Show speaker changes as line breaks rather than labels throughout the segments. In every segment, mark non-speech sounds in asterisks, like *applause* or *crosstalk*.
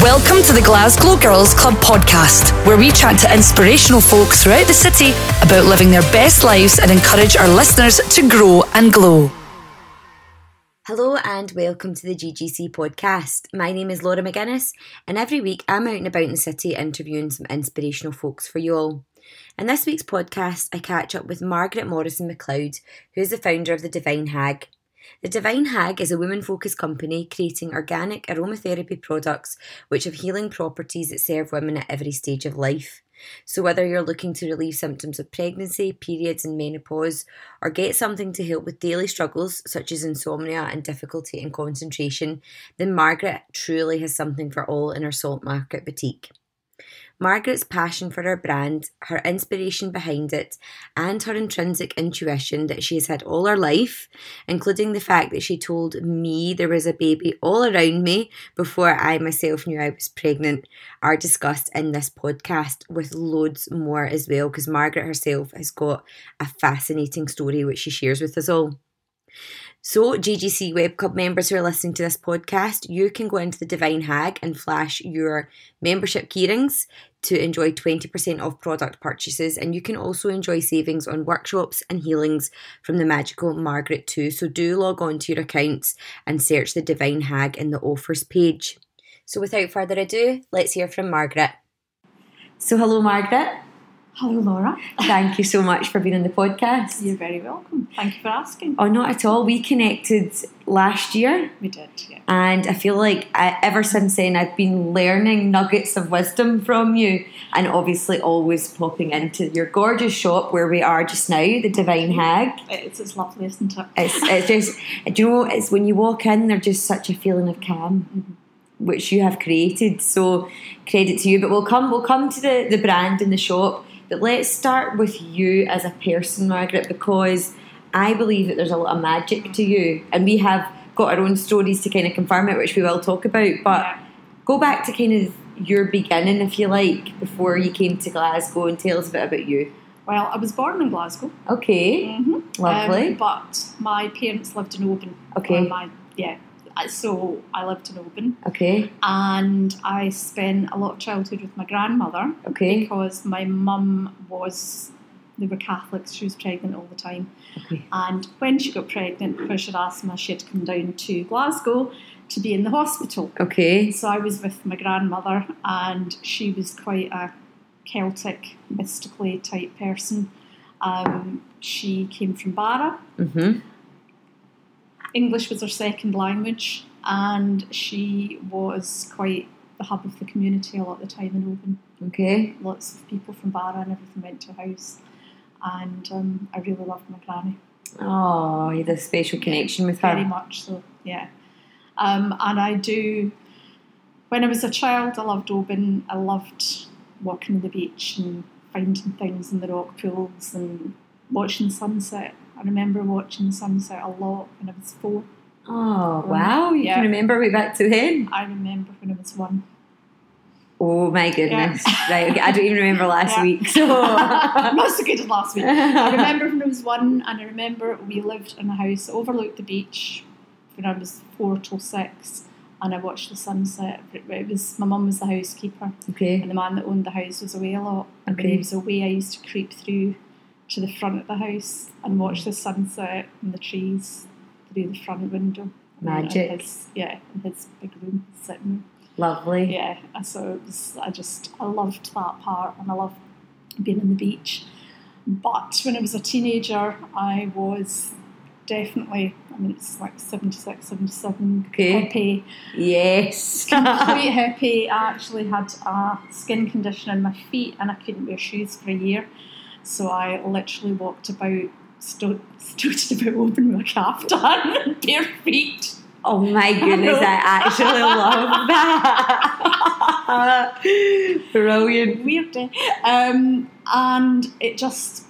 Welcome to the Glasgow Girls Club podcast, where we chat to inspirational folk throughout the city about living their best lives and encourage our listeners to grow and glow.
Hello and welcome to the GGC podcast. My name is Laura McGuinness, and every week I'm out and about in the city interviewing some inspirational folks for you all. In this week's podcast, I catch up with Margaret Morrison McLeod, who is the founder of The Divine Hag. The Divine Hag is a women focused company creating organic aromatherapy products which have healing properties that serve women at every stage of life. So, whether you're looking to relieve symptoms of pregnancy, periods, and menopause, or get something to help with daily struggles such as insomnia and difficulty in concentration, then Margaret truly has something for all in her Salt Market boutique. Margaret's passion for her brand, her inspiration behind it, and her intrinsic intuition that she has had all her life, including the fact that she told me there was a baby all around me before I myself knew I was pregnant, are discussed in this podcast with loads more as well, because Margaret herself has got a fascinating story which she shares with us all. So, GGC Web Club members who are listening to this podcast, you can go into the Divine Hag and flash your membership keyrings to enjoy 20% off product purchases. And you can also enjoy savings on workshops and healings from the magical Margaret too. So, do log on to your accounts and search the Divine Hag in the offers page. So, without further ado, let's hear from Margaret. So, hello, Margaret.
Hello, Laura.
Thank you so much for being on the podcast.
You're very welcome. Thank you for asking.
Oh, not at all. We connected last year,
We did, yeah.
and I feel like I, ever since then I've been learning nuggets of wisdom from you, and obviously always popping into your gorgeous shop where we are just now, the Divine Hag.
It's, it's lovely, isn't it?
It's, it's just, do you know, it's when you walk in, there's just such a feeling of calm. Which you have created, so credit to you. But we'll come, we'll come to the, the brand and the shop. But let's start with you as a person, Margaret, because I believe that there's a lot of magic to you, and we have got our own stories to kind of confirm it, which we will talk about. But
Yeah.
go back to kind of your beginning, if you like, before you came to Glasgow, and tell us a bit about you.
Well, I was born in Glasgow.
Okay,
Mm-hmm.
lovely.
but my parents lived in Oban.
Okay.
Or My, yeah. I- So I lived in Oban
okay,
and I spent a lot of childhood with my grandmother
okay,
because my mum was, they were Catholics, she was pregnant all the time.
okay.
And when she got pregnant, because she had asthma, she had to come down to Glasgow to be in the hospital.
Okay.
So I was with my grandmother, and she was quite a Celtic, mystically type person. Um, she came from Barra.
Mm-hmm.
English was her second language, and she was quite the hub of the community a lot of the time in Oban.
Okay.
Lots of people from Barra and everything went to her house, and um, I really loved my granny
Oh, you had a special connection with
very
her.
much. So yeah, um, and I do. When I was a child, I loved Oban. I loved walking on the beach and finding things in the rock pools and watching sunset. I remember watching sunset a lot when I was four.
Oh, wow. You
Yeah.
can remember way back to then.
I remember when I was one.
Oh, my goodness.
Yeah.
Right. Okay. I don't even
*laughs*
remember last
Yeah.
week. *laughs* So. Oh.
*laughs* I'm not so good as last week. I remember when I was one, and I remember we lived in a house that overlooked the beach when I was four till six, and I watched the sunset. It was my mum was the housekeeper,
Okay.
and the man that owned the house was away a lot. And when
Okay.
he was away, I used to creep through to the front of the house and watch the sunset and the trees through the front window. In
Magic.
his, yeah, in his big room, sitting room.
Lovely.
Yeah, and so it was, I just, I loved that part and I loved being on the beach. But when I was a teenager, I was definitely, I mean, it's like 76, 77,
Okay.
hippie *laughs*
Yes.
quite hippie. I actually had a skin condition in my feet and I couldn't wear shoes for a year. So I literally walked about, stood, stood *laughs* about open with a *laughs* caftan, bare feet.
oh my goodness. I,
know.
actually love that. *laughs* Brilliant.
Weird day. Um, and it just,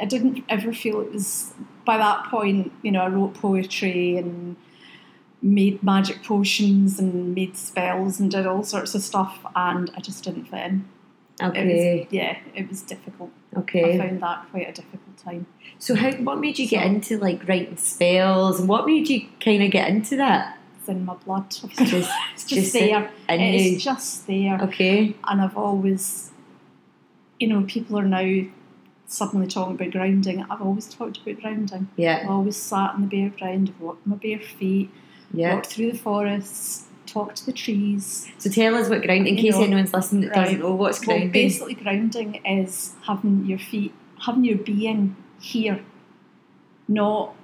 I didn't ever feel it was, by that point, you know, I wrote poetry and made magic potions and made spells and did all sorts of stuff and I just didn't fit in. It
Okay.
was, yeah, it was difficult. I
Okay.
found that quite a difficult time.
So, how? What made you get
So- *laughs*
into like writing spells, and what made you kind of get into that?
it's in my
*laughs*
blood. It's just, it's
just
just there.
in
*laughs* It
you.
is just there.
Okay.
And I've always, you know, people are now suddenly talking about grounding. I've always talked about grounding. I've
Yeah.
always sat on the bare ground, I've walked my bare feet,
Yeah.
walked through the forests, talked to the trees.
So tell us what ground, in
You
case
know,
anyone's listening that doesn't
right.
know what's
Well,
grounding.
basically, grounding is having your feet, having your being here, not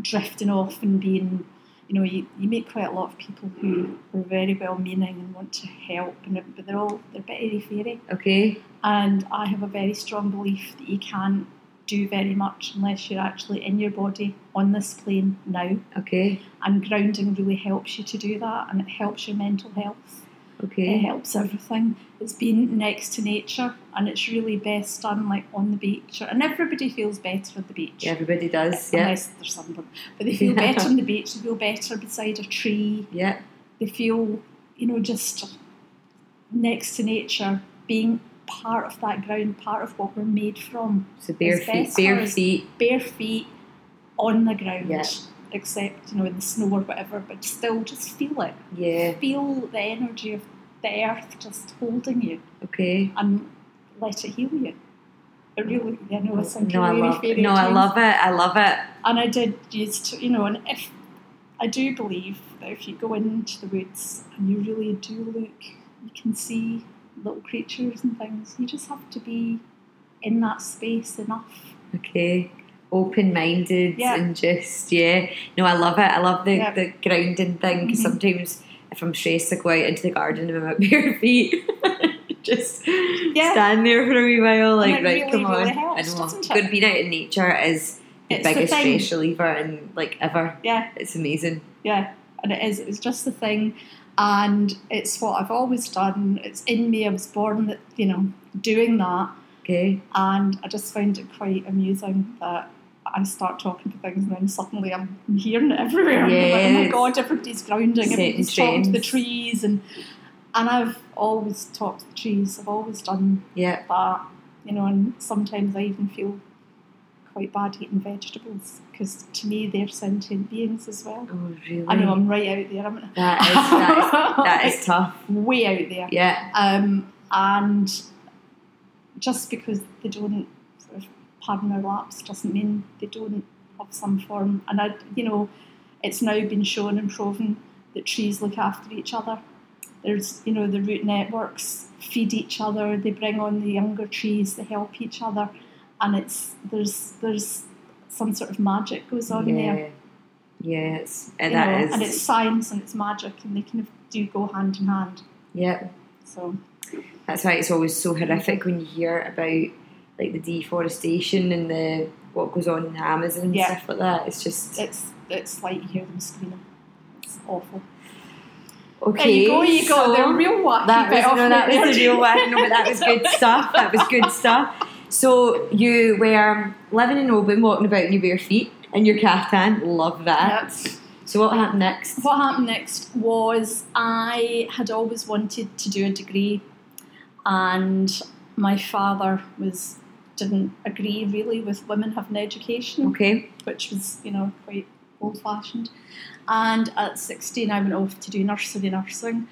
drifting off and being. You know, you, you meet quite a lot of people who are very well meaning and want to help, and they're- but they're all they're a bit airy fairy.
okay.
And I have a very strong belief that you can't do very much unless you're actually in your body on this plane now.
Okay.
And grounding really helps you to do that, and it helps your mental health. It
Okay.
helps everything. It's being next to nature, and it's really best done like on the beach. And everybody feels better at the beach,
Yeah, everybody does. Yeah.
unless there's sunburn. But they feel
Yeah.
better on the beach. They feel better beside a tree.
Yeah.
They feel, you know, just next to nature, being part of that ground, part of what we're made from.
So bare
It's
feet.
best
Bare
for us.
feet.
Bare feet on the ground,
Yeah.
except you know in the snow or whatever, but still just feel it.
Yeah.
Feel the energy of the earth just holding you
Okay.
and let it heal you. It really, you know, it's
No, I love. No, I love it. I love it.
And I did used to, you know, and if I do believe that if you go into the woods and you really do look, you can see little creatures and things. You just have to be in that space enough.
Okay. Open minded
Yeah.
and just, yeah. No, I love it. I love the,
Yeah.
the grounding thing 'cause
Mhm.
sometimes if I'm stressed, I go out into the garden and I'm at *laughs* bare feet. just
Yeah.
stand there for a wee while, like,
it
right,
really,
come on.
really
I
helps,
know.
doesn't it?
Good being out in nature is the
It's the
biggest
thing.
stress reliever and like ever.
Yeah,
It's amazing.
yeah. And it is. It was just the thing, and it's what I've always done. It's in me. I was born that you know doing that.
Okay.
and I just found it quite amusing that I start talking to things and then suddenly I'm hearing it everywhere. Like, oh my
Yes.
god, everybody's grounding,
Certain
everybody's talking to the
trends.
trees and and I've always talked to the trees, I've always done
Yeah.
that, you know, and sometimes I even feel quite bad eating vegetables because to me they're sentient beings as well.
Oh, really?
I know I'm right out there, I'm
That is, that
*laughs*
is, that is tough.
way out there
Yeah.
um, and just because they don't sort of pardon their lapse doesn't mean they don't have some form. And I, you know, it's now been shown and proven that trees look after each other. There's, you know, the root networks feed each other. They bring on the younger trees. They help each other, and it's there's there's some sort of magic goes on there.
Yeah. Yeah. It's,
you
and that
know,
is.
and it's science and it's magic, and they kind of do go hand in hand.
yeah.
So
That's why it's always so horrific when you hear about like the deforestation and the what goes on in the Amazon and
Yeah.
stuff like that. It's just
It's it's like you hear them screaming. It's awful.
okay.
They're
so
real wacky
that
bit
was
off
no,
me
that
there.
was a real one. No, but that was
*laughs*
good stuff. That was good stuff. So you were living in Oban, walking about in your bare feet in your caftan. Love that.
Yep.
So what happened next?
What happened next was I had always wanted to do a degree, and my father was didn't agree really with women having education.
Okay.
which was, you know, quite old fashioned. And at 16, I went off to do nursery nursing.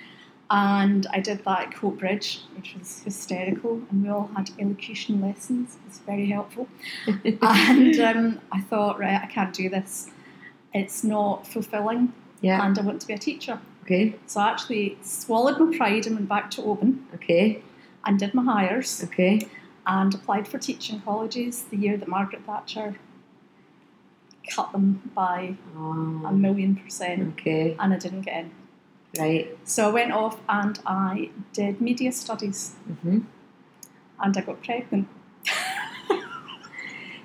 And I did that at Coat Bridge, which was hysterical. And we all had elocution lessons, it was very helpful. and um, I thought, right, I can't do this. It's not fulfilling,
Yeah.
and I want to be a teacher.
Okay.
So I actually swallowed my pride and went back to Oban
Okay.
and did my hires
Okay.
and applied for teaching colleges the year that Margaret Thatcher cut them by a
Oh,
million percent,
okay.
and I didn't get in.
Right.
So I went off and I did media studies,
hmm
and I got pregnant.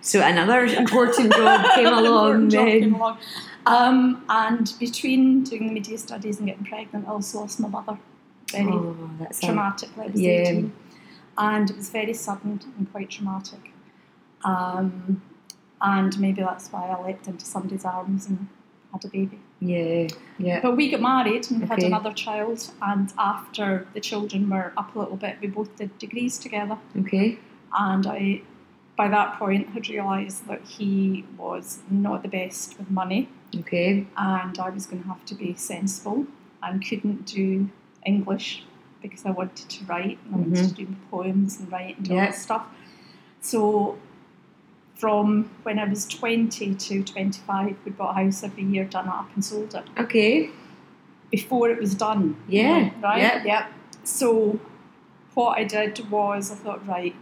So another important job came
An
along
*laughs* important job
then.
came along. Um, and between doing the media studies and getting pregnant, I also lost my mother very
Oh, that's a-
traumatically. I was
Yeah.
18, and it was very sudden and quite traumatic. Um, and maybe that's why I leapt into somebody's arms and had a baby.
Yeah, yeah.
But we got married and we had
Okay.
another child, and after the children were up a little bit, we both did degrees together.
Okay.
And I by that point, had realised that he was not the best with money
Okay.
and I was going to have to be sensible and couldn't do English because I wanted to write and I wanted to do poems and write and all
Mm-hmm. Yeah.
that stuff. So, from when I was 20 to 25, we bought a house every year, done it up and sold it
Okay.
before it was done.
Yeah,
Right?
yeah.
Yep. So, what I did was I thought, right,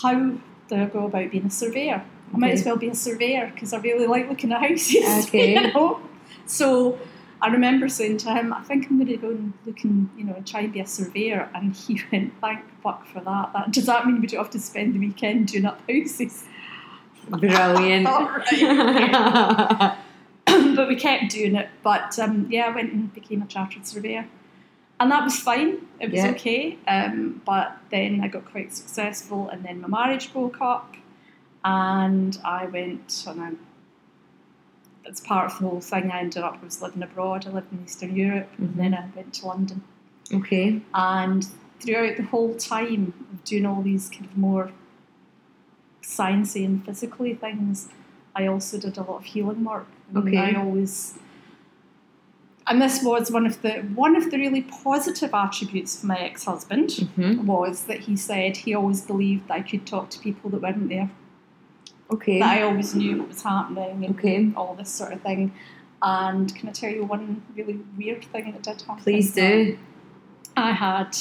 how do I go about being a surveyor? I might
Okay.
as well be a surveyor because I really like looking at houses. *laughs*
Okay.
You know? So I remember saying to him, I think I'm going to go and look and you know try and be a surveyor. And he *laughs* went, thank fuck for that. that does that mean we don't have to spend the weekend doing up houses?
*laughs* Brilliant.
All right. *coughs* but we kept doing it. But um, yeah, I went and became a chartered surveyor. And that was fine, it was
Yeah.
okay. Um, but then I got quite successful, and then my marriage broke up, and I went and I, that's part of the whole thing. I ended up, I was living abroad, I lived in Eastern Europe, and then I went to London.
okay.
And throughout the whole time of doing all these kind of more sciencey and physically things, I also did a lot of healing work. I mean,
Okay.
I always and this was one of the one of the really positive attributes of my ex-husband
Mhm.
was that he said he always believed that I could talk to people that weren't there
Okay.
that I always knew what was happening and
Okay.
all this sort of thing. And can I tell you one really weird thing that did happen?
Please do.
I had,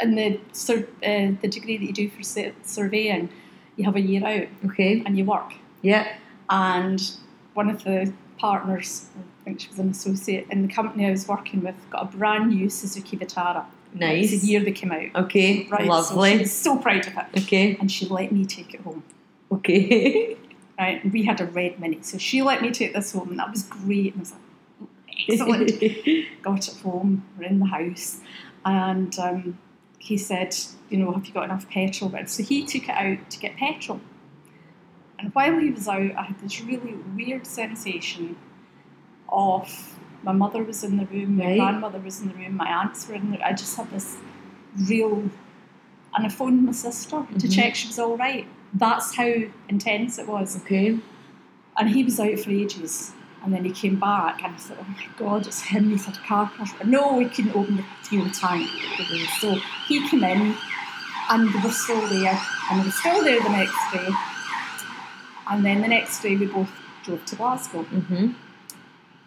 in the sur- uh, the degree that you do for sur- surveying, you have a year out
Okay.
and you work.
Yeah.
And one of the partners, I think she was an associate in the company I was working with, got a brand new Suzuki Vitara.
Nice.
It's the year they came out.
Okay.
Right, So she
Lovely.
was so proud of it.
okay.
And she let me take it home.
Okay.
right? And we had a red mini, so she let me take this home, and that was great. And I was
*laughs*
like, excellent. Got it home, we're in the house, and um, he said, you know, have you got enough petrol? But so he took it out to get petrol, and while he was out, I had this really weird sensation of my mother was in the room, my
Right.
grandmother was in the room, my aunts were in the. I just had this real, and I phoned my sister to
Mhm.
check she was all right. That's how intense it was.
okay.
And he was out for ages. And then he came back and I thought, oh my God, it's him. He's had a car crash. But no, we couldn't open the fuel tank. So he came in and we were still there. And we were still there the next day. And then the next day we both drove to Glasgow.
Mm-hmm.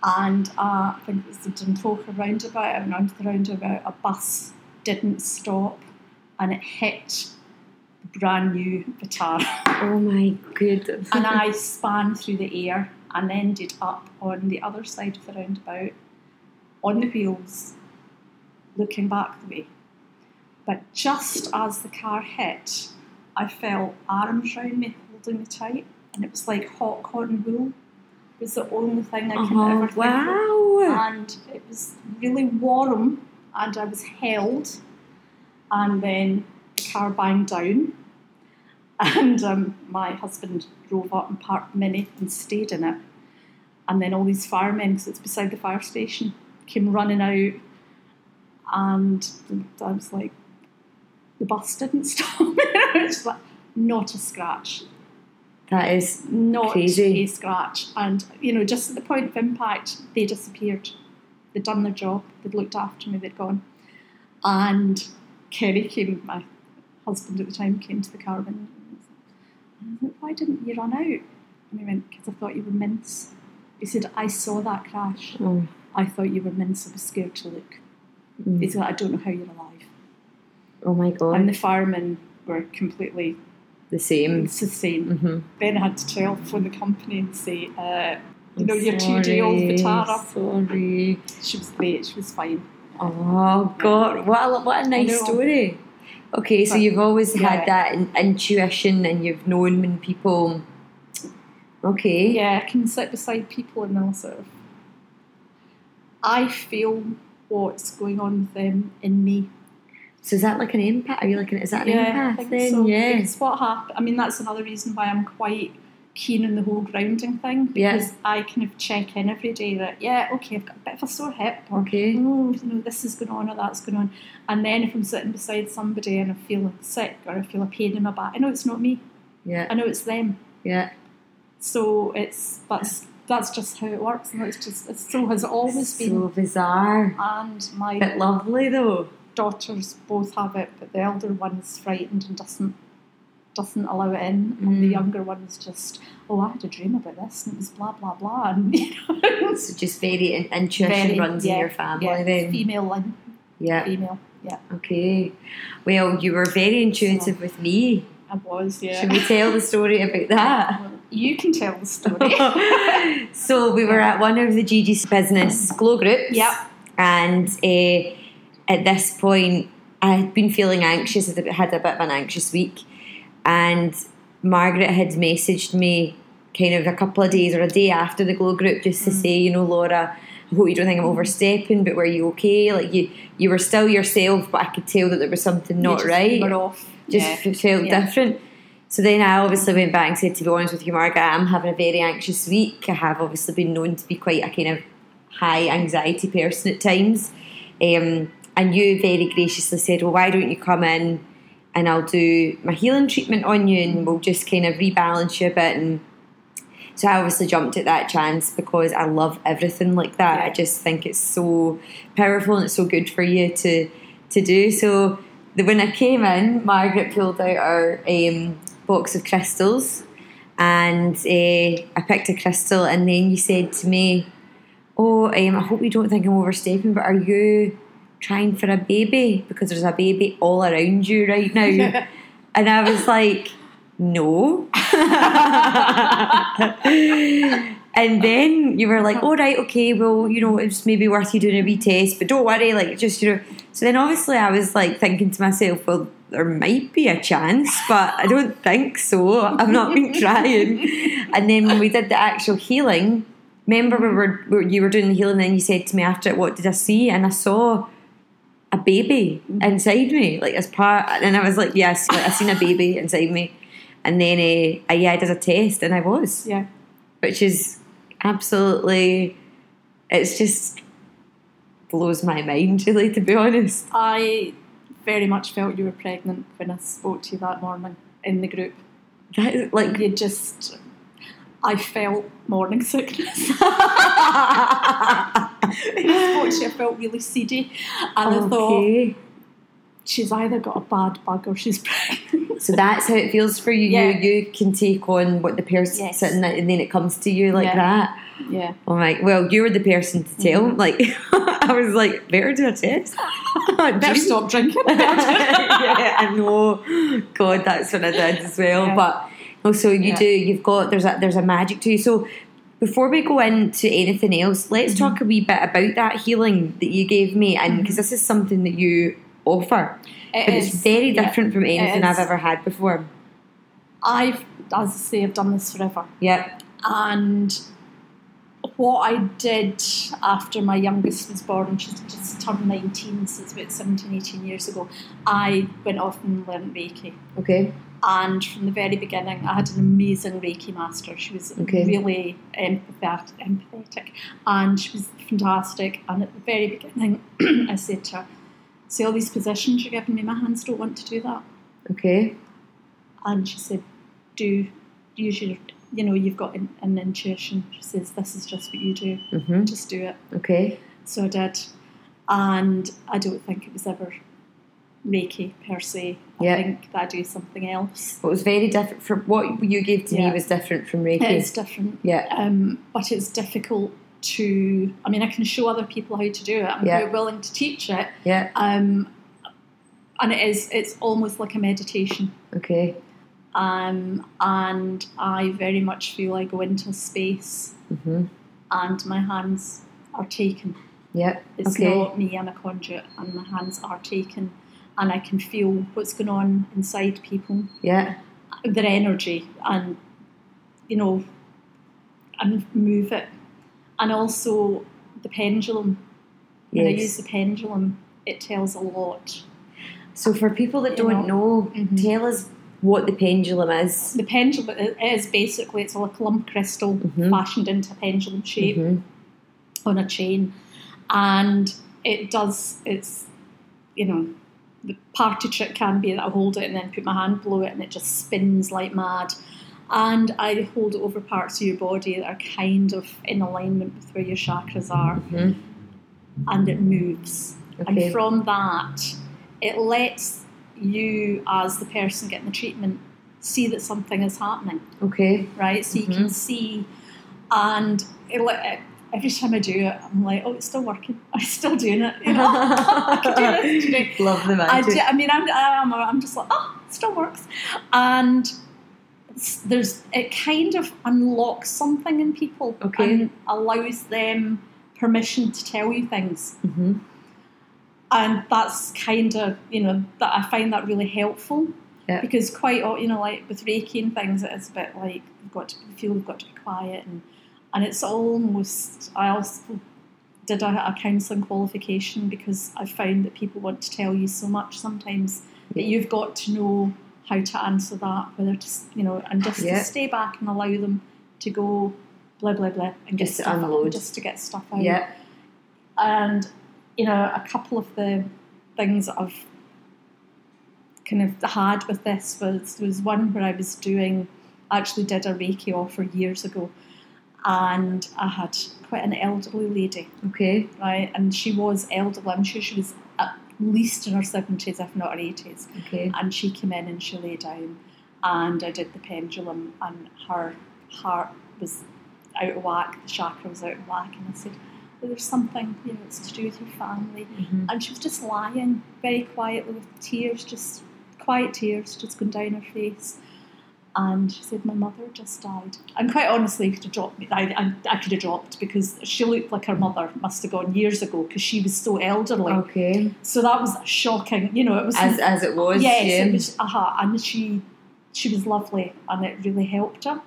And uh, I think it was the Duntroca roundabout. And round the roundabout, a bus didn't stop and it hit the brand new Vitara
Oh my goodness.
and I span through the air and ended up on the other side of the roundabout on the wheels, looking back the way. But just as the car hit, I felt arms round me, holding me tight, and it was like hot cotton wool. It was the only thing I can ever
Oh,
think of
wow.
and it was really warm and I was held and then the car banged down *laughs* and um, my husband drove up and parked the Mini and stayed in it and then all these firemen because it's beside the fire station came running out and I was like the bus didn't *laughs* stop I was just like not a scratch
That is
not
Crazy.
a scratch. And you know, just at the point of impact, they disappeared. They'd done their job. They'd looked after me. They'd gone. And Kerry came, my husband at the time, came to the car and I was like, "Why didn't you run out?" And he went, "Because I thought you were mince." He said, "I saw that crash.
Oh.
I thought you were mince. I was scared to look."
Mm.
He said, "I don't know how you're alive."
oh my
And
god.
the firemen were completely
The same.
sustained
Mm-hmm.
then I had to telephone the company and say, uh, you know, your two day old Vitara.
Sorry.
She was great, she was fine.
Oh God! What a, what a nice
know.
story. Okay, so
But-
you've always
Yeah.
had that in, intuition, and you've known when people. Okay.
Yeah, I can sit beside people and I'll sort of. I feel what's going on with them in me.
So is that like an empath? Are you like an? Is that an
yeah,
empath then? Yeah.
Because what happened, I mean, that's another reason why I'm quite keen on the whole grounding thing
Yeah.
because I kind of check in every day that, yeah, okay, I've got a bit of a sore hip or
Okay.
oh, you know, this is going on or that's going on. And then if I'm sitting beside somebody and I'm feeling sick or I feel a pain in my back, I know it's not me.
Yeah.
I know it's them.
Yeah.
So it's that's that's just how it works, and it's just it's, so has it always
So
been.
bizarre.
And my
But lovely though.
daughters both have it, but the elder one's frightened and doesn't doesn't allow it in, and the
Mm.
younger one's just, oh, I had a dream about this, and it was blah blah blah, *laughs* and you know, it's
So just very in- intuition
Very,
runs in
yeah,
your family
yeah,
then.
female and
Yeah.
female. Yeah,
Okay. Well, you were very intuitive with me.
I was. Yeah,
Should we tell the story about that?
Well, you can tell
*laughs*
the story. *laughs*
so we were at one of the GG's business glow groups.
Yep.
And uh, at this point, I had been feeling anxious. I had a bit of an anxious week, and Margaret had messaged me kind of a couple of days or a day after the glow group just
Mm.
to say, you know, Laura. I hope you don't think I'm overstepping, but were you okay? Like you, you were still yourself, but I could tell that there was something
You
not
just
right
were off.
just
yeah.
f felt
Yeah.
different. So then I obviously went back and said, to be honest with you, Margaret, I'm having a very anxious week. I have obviously been known to be quite a kind of high anxiety person at times. Um, and you very graciously said, well, why don't you come in and I'll do my healing treatment on you and we'll just kind of rebalance you a bit. And so I obviously jumped at that chance because I love everything like that.
Yeah.
I just think it's so powerful and it's so good for you to to do. So the, when I came in, Margaret pulled out our um, box of crystals and uh, I picked a crystal and then you said to me, oh, um, I hope you don't think I'm overstepping, but are you trying for a baby? Because there's a baby all around you right now. and I was like, no. and then you were like, all right, okay, well, you know, it's maybe worth you doing a retest, but don't worry, like, just, you know. So then obviously I was like thinking to myself, well, there might be a chance, but I don't think so. I've not been trying. And then when we did the actual healing, remember we were, we were- you were doing the healing, and then you said to me after it, what did I see? And I saw a baby inside me, like as part. And I was like, yes, like, I seen a baby inside me. And then eh, I, yeah, I did a test, and I was,
yeah.
which is absolutely, it's just blows my mind, *laughs* really, to be honest.
I very much felt you were pregnant when I spoke to you that morning in the group.
That is,
*laughs*
like,
You just, I felt morning *laughs* sickness. when I spoke to you, I felt really seedy, and I thought
okay.
she's either got a bad bug or she's *laughs* pregnant.
So that's how it feels for you.
Yeah.
You you can take on what the person's
Yes.
sitting at, and then it comes to you like
Yeah. Mm.
that.
yeah,
I'm like, well, you were the person to tell. Like, *laughs* I was like, better do a test. *laughs*
better
Jeez.
stop drinking.
yeah, I know. God, that's what I did as well.
Yeah.
But also, you
Yeah.
do. You've got there's a there's a magic to you. So before we go into anything else, let's
Mm-hmm.
talk a wee bit about that healing that you gave me, and because this is something that you offer,
It
but *laughs* it's
is,
very
yeah,
different from
it
anything I've
is.
ever had before.
I've, as I say, I've done this forever.
Yep.
and what I did after my youngest was born, and she's just turned 19, so it's about 17, 18 years ago, I went off and learnt Reiki.
Okay.
And from the very beginning, I had an amazing Reiki master. She was
Okay.
really empathetic, empathetic, and she was fantastic. And at the very beginning, *clears throat* I said to her, See all these positions you're giving me, my hands don't want to do that
Okay.
and she said, "Do use your, you know, you've got an, an intuition." She says, "This is just what you do.
Mhm.
Just do it."
Okay.
So I did, and I don't think it was ever Reiki per se. I
Yeah.
think that I do something else.
It was very different from what you gave to me
Yeah.
was different from Reiki.
It's different,
Yeah.
um, but it's difficult to. I mean, I can show other people how to do it. I'm
Yeah.
very willing to teach it,
Yeah.
um, and it is. It's almost like a meditation.
Okay.
um, and I very much feel I go into a space
Mhm.
and my hands are taken.
Yep.
It's
okay.
not me, I'm a conduit, and my hands are taken, and I can feel what's going on inside people,
Yeah.
their energy, and you know, and move it. And also the pendulum. When I
Yes.
use the pendulum, it tells a lot.
So for people that
You
don't know,
Mhm.
tell us what the pendulum is.
The pendulum it is basically it's like a lump crystal
Mhm.
fashioned into a pendulum shape.
Mhm.
on a chain and it does it's you know the party trick can be that I hold it and then put my hand below it and it just spins like mad. And I hold it over parts of your body that are kind of in alignment with where your chakras are.
Mhm.
And it moves.
Okay.
And from that, it lets you, as the person getting the treatment, see that something is happening
Okay.
right? So you can see, and it, like, every time I do it, I'm like, oh, it's still working. *laughs* I'm still doing it. You know, I can do this. Do you know?
*laughs* Love the
I,
magic.
do, I mean, I'm, I'm, I'm just like, oh, it still works, and it's- there's it kind of unlocks something in people
Okay.
and allows them permission to tell you things.
Mhm.
And that's kind of, you know, that I find that really helpful
Yeah.
because quite, o- you know, like with Reiki and things, it's a bit like we've got to feel we've got to be quiet and and it's almost. I also did a, a counselling qualification because I found that people want to tell you so much sometimes that
Yeah.
you've got to know how to answer that, whether to s- you know, and just
Yeah.
to stay back and allow them to go blah blah blah and get
Just to
stuff
unload.
just to get stuff out
Yeah.
and you know a couple of the things that I've kind of had with this was was one where I was doing I actually did a Reiki offer years ago, and I had quite an elderly lady,
Okay.
right, and she was elderly. I'm sure she was at least in her seventies, if not her eighties,
Okay.
and she came in and she lay down, and I did the pendulum, and her heart was out of whack, the chakra was out of whack, and I said, well, "There's something, you know, it's to do with your family."
Mhm.
And she was just lying very quietly with tears, just quiet tears, just going down her face. And she said, "My mother just died." And quite honestly, could have dropped me. I, I, I could have dropped because she looked like her mother must have gone years ago because she was so elderly.
Okay.
So that was shocking. You know, it was
Oh. As as it was.
Yes,
yeah.
it was. Uh-huh, and she she was lovely, and it really helped her.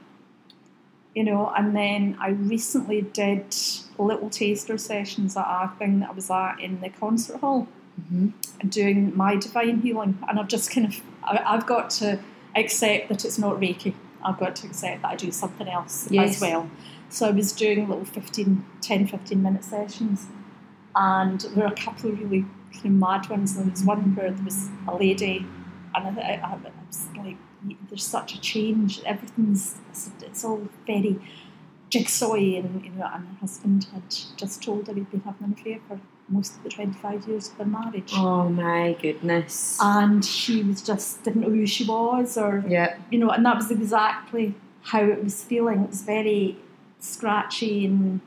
You know, and then I recently did little taster sessions at a thing that I was at in the concert hall,
Mhm.
doing my divine healing, and I've just kind of I, I've got to accept that it's not Reiki. I've got to accept that I do something else
Yes.
as well. So I was doing little 15, 10, 15 minute sessions and there were a couple of really kind of mad ones. There was one where there was a lady, and I, I, I was like, "There's such a change. Everything's it's, it's all very jigsawy." And you know, and her husband had just told her he'd been having an affair for most of the 25 years of their marriage,
Oh my goodness.
and she was just didn't know who she was, or
yeah.
you know, and that was exactly how it was feeling. It was very scratchy and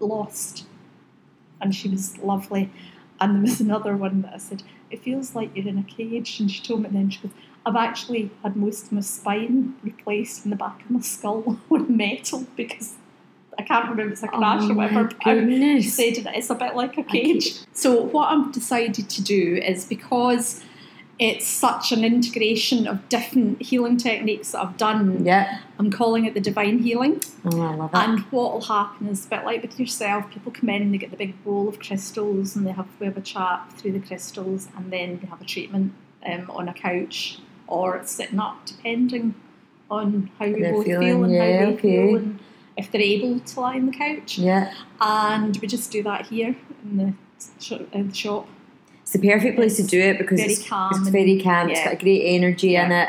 lost. And she was lovely. And there was *laughs* another one that I said, It feels like you're in a cage. And she told me then, she goes, I've actually had most of my spine replaced and the back of my skull *laughs* with metal because I can't remember, it's a crash
oh
or
my
whatever. but I-
goodness.
said that it's a bit like a cage. So what I've decided to do is because it's such an integration of different healing techniques that I've done,
Yeah.
I'm calling it the divine healing.
Oh, I love it.
And what will happen is a bit like with yourself, people come in, they get the big bowl of crystals and they have we have a chat through the crystals and then they have a treatment um, on a couch or sitting up, depending on how we
They're
both feel
feeling,
and
yeah,
how they
okay.
feel and if they're able to lie on the couch
yeah.
and we just do that here in the, sh- in the shop.
It's the perfect place to do it because
very
it's,
calm
it's
and-
very calm. It's
yeah.
got a great energy in it.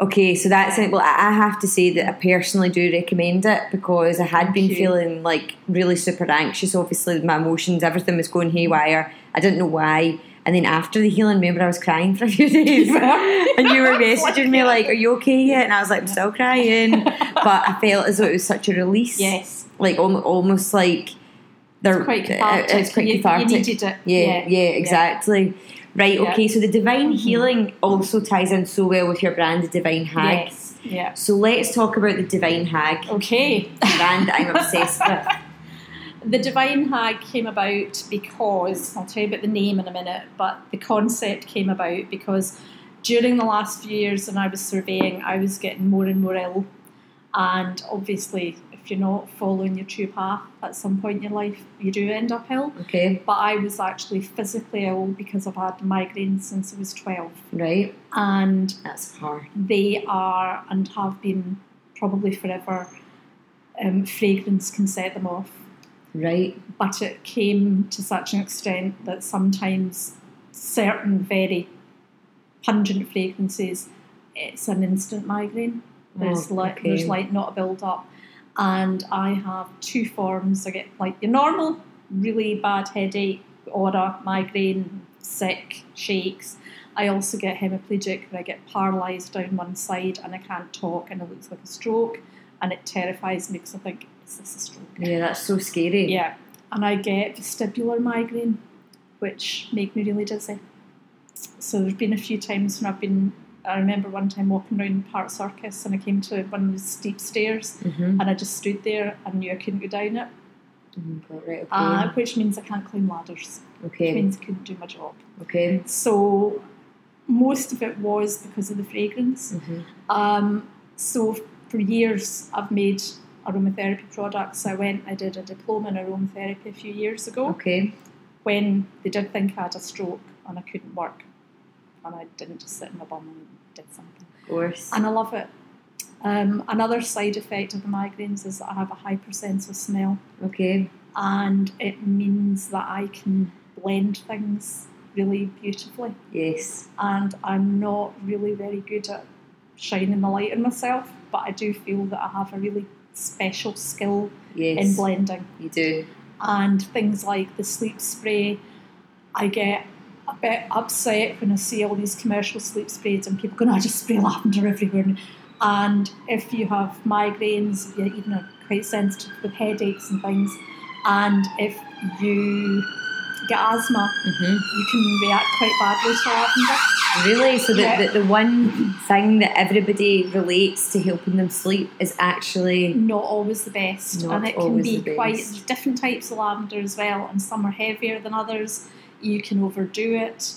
Okay, so that's it. Well, I I have to say that I personally do recommend it because I had
Thank
been
you.
feeling like really super anxious. Obviously, my emotions, everything was going haywire. I didn't know why. And then after the healing, remember I was crying for a few *laughs*
*laughs*
days, and you were messaging me like, "Are you okay yet?" And I was like, "I'm still
*laughs*
crying," but I felt as though it was such a release.
Yes,
like almo- almost like they're
it's quite
it-
cathartic.
It's quite
you,
cathartic.
You needed it.
Yeah, yeah, exactly. Right,
Yeah. Mm-hmm.
okay, so the divine healing also ties in so well with your brand, the Divine Hag.
Yes, Oh. yeah.
So let's talk about the Divine Hag
Okay.
*laughs* brand that I'm obsessed
*laughs*
with.
The Divine Hag came about because, I'll tell you about the name in a minute, but the concept came about because during the last few years when I was surveying, I was getting more and more ill. And obviously, if you're not following your true path at some point in your life, you do end up ill.
Okay,
But I was actually physically ill because I've had migraines since I was 12.
right,
And
that's hard.
they are and have been probably forever. Um, fragrance can set them off,
Right,
but it came to such an extent that sometimes certain very pungent fragrances, it's an instant migraine. There's
Oh,
like
okay.
there's like not a build up, and I have two forms. I get like your normal really bad headache, aura, migraine, sick, shakes. I also get hemiplegic where I get paralysed down one side and I can't talk and it looks like a stroke and it terrifies me because I think is this a stroke?
Yeah, that's so scary.
Yeah, and I get vestibular migraine, which make me really dizzy. So there's been a few times when I've been. I remember one time walking around Park Circus and I came to one of the steep stairs
Mm-hmm.
and I just stood there and knew I couldn't go down it,
Oh Right, okay.
uh, which means I can't climb ladders, which
okay.
means I couldn't do my job.
Okay.
So most of it was because of the fragrance.
Mm-hmm.
Um, so for years, I've made aromatherapy products. I went, I did a diploma in aromatherapy a few years ago.
Okay.
when they did think I had a stroke and I couldn't work and I didn't just sit in my bum and did something.
Of course.
And I love it. Um, another side effect of the migraines is that I have a hypersense of smell
Okay.
and it means that I can blend things really beautifully
Yes.
and I'm not really very good at shining the light on myself but I do feel that I have a really special skill
Yes.
in blending
you do.
and things like the sleep spray. I get a bit upset when I see all these commercial sleep sprays and people going, "Oh, I just spray lavender everywhere. And if you have migraines, you even are quite sensitive with headaches and things, and if you get asthma,
Mm-hmm.
you can react quite badly to lavender.
Really? So the,
Yeah.
the, the one thing that everybody relates to helping them sleep is actually.
not always the best,
Not
and it can
always
be
the
quite
best.
different types of lavender as well. And some are heavier than others. You can overdo it,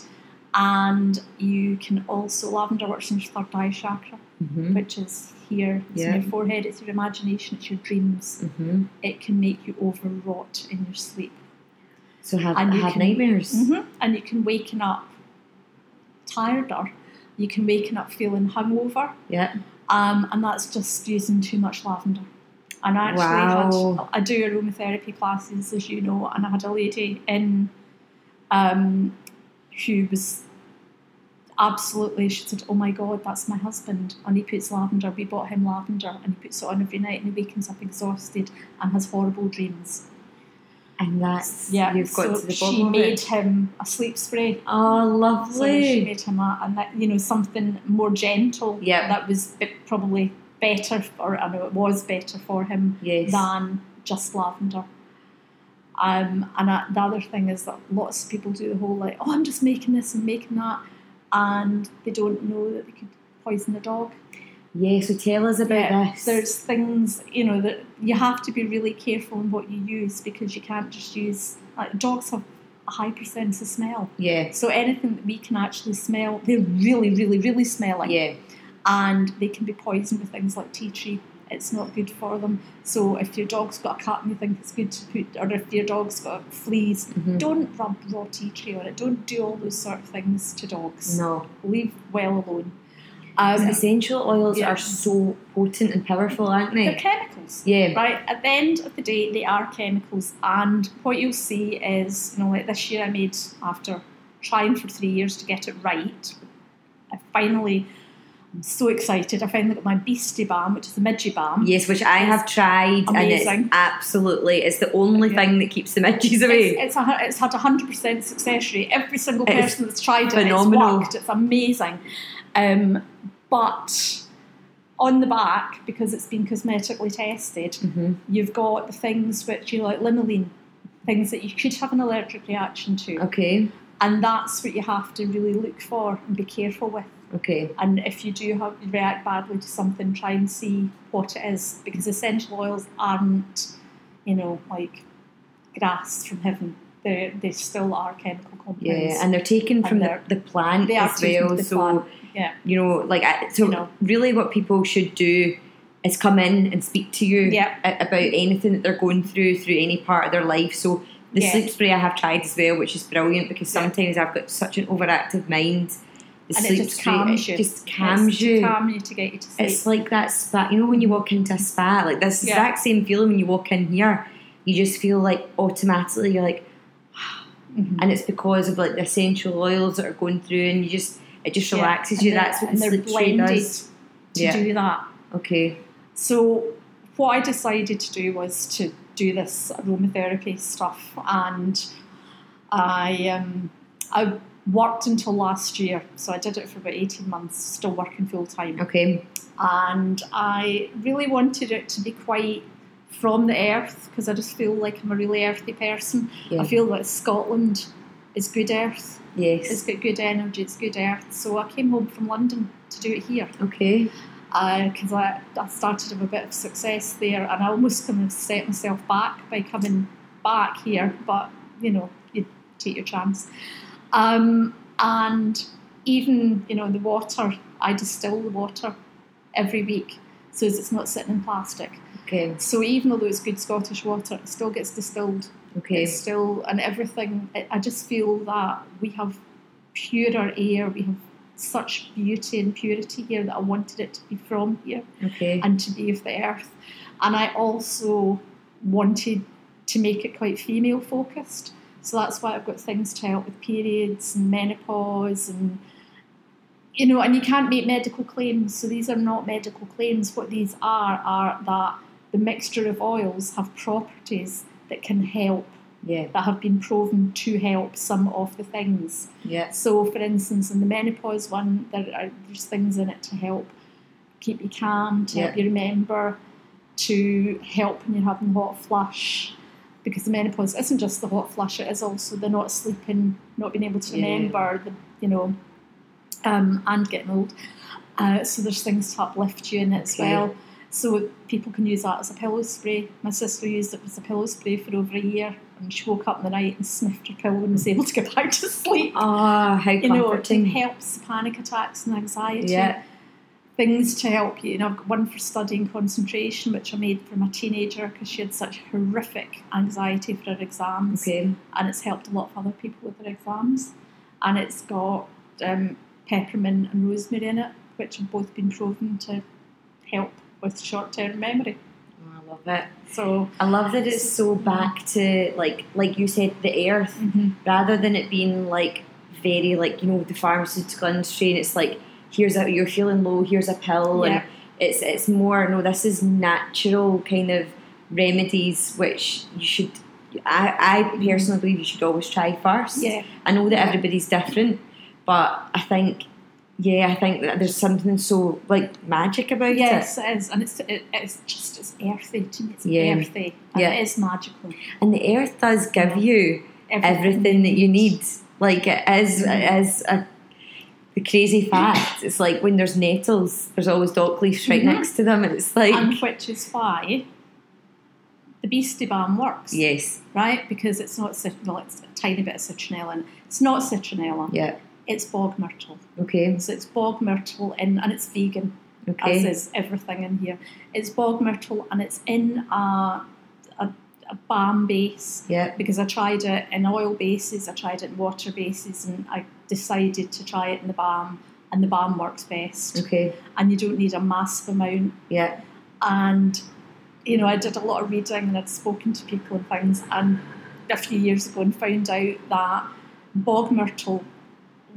and you can also lavender works in your third eye chakra,
Mm-hmm.
which is here. It's
Yeah.
in your forehead. It's your imagination. It's your dreams.
Mm-hmm.
It can make you overwrought in your sleep,
So have,
And you
have
can- Mm-hmm.
nightmares.
and you can waken up tireder. You can waken up feeling hungover.
Yeah.
um, and that's just using too much lavender. And I actually,
Wow.
had, I do aromatherapy classes, as you know, and I had a lady in um, who was absolutely. She said, "Oh my God, that's my husband, and he puts lavender. We bought him lavender, and he puts it on every night, and he wakens up exhausted and has horrible dreams."
And that's.
Yeah,
You've got
so
to the bottom
she
of
made
it.
him a sleep spray.
Oh,
So she
lovely.
made him a, and that you know something more gentle.
Yeah.
that was b- probably better, or I know it was better for him
yes.
than just lavender. Um, and I, the other thing is that lots of people do the whole like, oh, I'm just making this and making that, and they don't know that they could poison a dog.
Yeah, so tell us about
Yeah,
this.
There's things you know that you have to be really careful in what you use because you can't just use like dogs have a high percentage of smell.
yeah.
So anything that we can actually smell, they're really, really, really smelling.
Yeah.
And they can be poisoned with things like tea tree. It's not good for them. So if your dog's got a cut and you think it's good to put, or if your dog's got fleas,
Mhm.
don't rub raw tea tree on it. Don't do all those sort of things to dogs.
No.
Leave well alone.
Because
Um,
essential oils
Yeah.
are so potent and powerful, aren't
they're
they?
chemicals.
Yeah.
Right, at the end of the day, they are chemicals, and what you'll see is, you know, like this year I made, after trying for three years to get it right, I finally, I'm so excited, I finally got my Beastie Balm, which is a midgie balm.
Yes, which I have tried, and
Amazing.
it's absolutely it's the only
Yeah.
thing that keeps the midges away.
It's, it's, a, it's had a 100% success rate. Every single
It's
person that's tried it, it's
phenomenal.
worked. It's amazing. Um, but on the back, because it's been cosmetically tested,
hmm
you've got the things which you like linoline, things that you could have an allergic reaction to,
Okay.
and that's what you have to really look for and be careful with.
Okay.
And if you do have, react badly to something, try and see what it is, because essential oils aren't, you know, like grass from heaven. They they still are chemical
Yeah,
compounds.
and they're taken
And
from
they're-
the, the plant
they are
as
taken
well.
from the
so
plant, yeah.
you know, like I, so
You know.
really, what people should do is come in and speak to you
Yeah.
a- about anything that they're going through through any part of their life. So the
Yeah.
sleep spray I have tried as well, which is brilliant because
Yeah.
sometimes I've got such an overactive mind. The
And it
sleep
just
spray
calms
it
you.
just calms
It's to
you.
calm you to get you to sleep.
It's like that spa. You know when you walk into a spa, like this
Yeah.
exact same feeling when you walk in here. You just feel like automatically you're like,
Mm-hmm.
and it's because of like the essential oils that are going through, and you just it just
Yeah,
relaxes
and
you.
they're-
That's what
and they're
sleep tree
blinded
does.
to
Yeah.
do that.
Okay.
So what I decided to do was to do this aromatherapy stuff, and I um, I worked until last year, so I did it for about eighteen months, still working full time
Okay.
and I really wanted it to be quite from the earth because I just feel like I'm a really earthy person.
Yeah.
I feel that Scotland is good earth, it's
Yes.
got good energy, it's good earth. So I came home from London to do it here
Okay.
because Uh, I, I started with a bit of success there and I almost kind of set myself back by coming back here, but you know, you take your chance. Um, and even, you know, the water, I distill the water every week so as it's not sitting in plastic.
Okay.
So even although it's good Scottish water, it still gets distilled.
Okay.
It's still, and everything, I, I just feel that we have purer air, we have such beauty and purity here that I wanted it to be from here
Okay.
and to be of the earth. And I also wanted to make it quite female focused. So that's why I've got things to help with periods and menopause and you know, and you can't make medical claims. So these are not medical claims. What these are are that the mixture of oils have properties that can help,
Yeah.
that have been proven to help some of the things.
Yeah.
So, for instance, in the menopause one, there are there's things in it to help keep you calm, to help
Yeah.
you remember, to help when you're having the hot flush. Because the menopause isn't just the hot flush; it is also the not sleeping, not being able to
Yeah.
remember, the, you know, um, and getting old. Uh, so there's things to uplift you in it as
Okay.
well. So people can use that as a pillow spray. My sister used it as a pillow spray for over a year, and she woke up in the night and sniffed her pillow and was able to get back to *laughs* sleep
Ah, how
you know, it
comforting.
helps panic attacks and anxiety.
Yeah.
Things to help you. You know, I've got one for studying concentration, which I made for my teenager because she had such horrific anxiety for her exams,
Okay.
and it's helped a lot of other people with their exams. And it's got um, peppermint and rosemary in it, which have both been proven to help with short-term memory.
Oh, I love it.
So,
I love that it's so back to like like you said the earth
Mm-hmm.
rather than it being like very like you know the pharmaceutical industry and it's like here's a you're feeling low here's a pill
Yeah.
and it's it's more no this is natural kind of remedies which you should I, I personally believe you should always try first
Mm-hmm. yeah,
I know that everybody's different but I think yeah I think that there's something so like magic about it
yes, it is, and it's it, it's just it's earthy to me. It's
Yeah.
earthy, and
Yeah.
it is magical.
and the earth does give you everything that you need. Mm-hmm. Like as as a the crazy fact, it's like when there's nettles, there's always dock leaves right
Mhm.
next to them, and it's like
and which is why the Beastie Balm works,
yes,
right? Because it's not cit- well, it's a tiny bit of citronella. In. It's not citronella.
yeah,
It's bog myrtle.
okay,
So it's bog myrtle in, and it's vegan, as
okay,
is everything in here. It's bog myrtle, and it's in a a, a balm base
yeah,
because I tried it in oil bases, I tried it in water bases, and I decided to try it in the balm, and the balm works best.
okay,
And you don't need a massive amount
yeah,
and you know I did a lot of reading and I'd spoken to people and things and a few years ago and found out that bog myrtle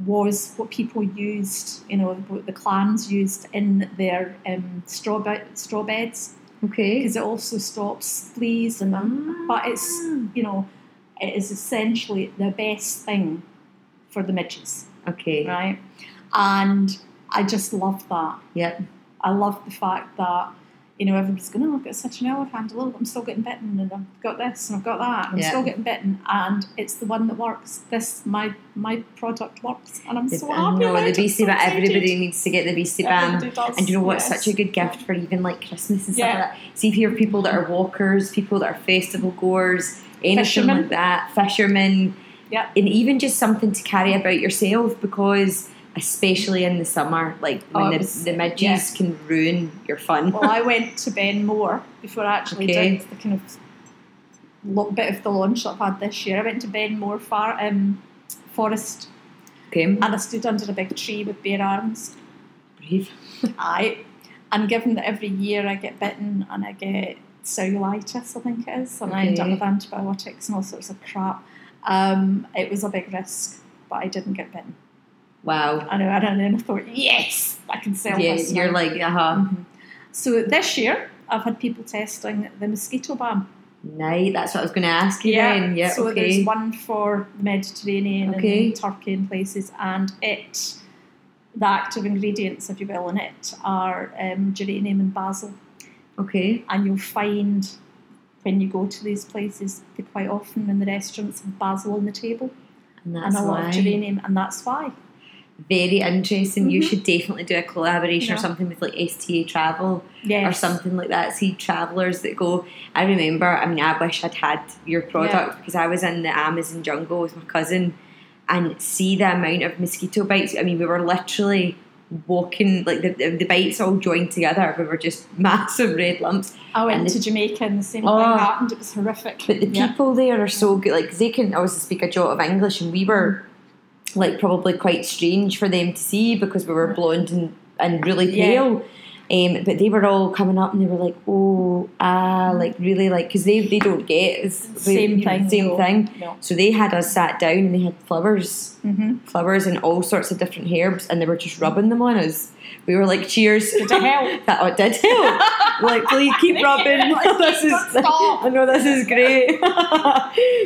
was what people used you know what the clans used in their um, straw, be- straw beds
okay.
because it also stops fleas and but it's you know it is essentially the best thing for the midges
okay,
right and I just love that
yeah,
I love the fact that you know everybody's going, oh, I've got such an elephant. Look, I'm still getting bitten, and I've got this, and I've got that, and I'm
Yeah.
still getting bitten, and it's the one that works. This my my product works, and I'm so
I
happy.
know
about
the
it.
BC,
I'm
but
so
everybody
excited.
needs to get the BC bam.
Everybody does,
And you know what?
yes.
Such a good gift for even like Christmas and stuff
Yeah.
like that. See if you're people that are walkers, people that are festival goers, anything
Fishermen.
like that, fishermen,
Yeah.
and even just something to carry about yourself because, especially in the summer, like when
Oh, it
the,
was-
the midges
yeah.
can ruin your fun.
well, I went to Ben Moore before I actually
Okay.
did the kind of lo- bit of the launch that I've had this year. I went to Ben Moore far, um, Forest,
okay,
and I stood under a big tree with bare arms,
brave.
I, and given that every year I get bitten and I get cellulitis, I think it is, and I end up
Okay.
with antibiotics and all sorts of crap, Um, it was a big risk, but I didn't get bitten.
Wow.
I know, and then I thought, yes, I can sell
Yeah,
this.
you're
now.
like, uh huh.
Mhm. So this year, I've had people testing the mosquito balm.
Night. That's what I was going to ask you. then. Yeah.
so
okay.
there's one for the Mediterranean
Okay.
and Turkey and places, and it, the active ingredients, if you will, in it are um, geranium and basil.
Okay.
And you'll find when you go to these places, they quite often in the restaurants have basil on the table
And that's
and a lot
why.
of geranium, and that's why.
Very interesting. You
Mhm.
should definitely do a collaboration or
Yeah.
something with like STA Travel
Yes.
or something like that. See travellers that go. I remember, I mean, I wish I'd had your product because I was in the Amazon jungle with my cousin and see the amount of mosquito bites. I mean, we were literally walking, like the, the, the bites all joined together. We were just *laughs* massive red lumps.
I
and
went
the-
to Jamaica and the same
Oh.
thing happened. It was horrific.
But the
Yeah.
people there are so good. Like they can obviously speak a jot of English, and we were like probably quite strange for them to see because we were blonde and, and really
Yeah.
pale. Um, but they were all coming up and they were like, "Oh, ah, like really, like because they they don't get it's
Same thing.
same
no,
thing."
No.
So they had us sat down and they had flowers,
Mm-hmm.
flowers and all sorts of different herbs, and they were just rubbing them on us. We were like, "Cheers!" *laughs*
Did it help?
that oh, it did help. like, please
*laughs*
keep rubbing. *laughs* this is,
Don't stop.
I know this is
*laughs*
great.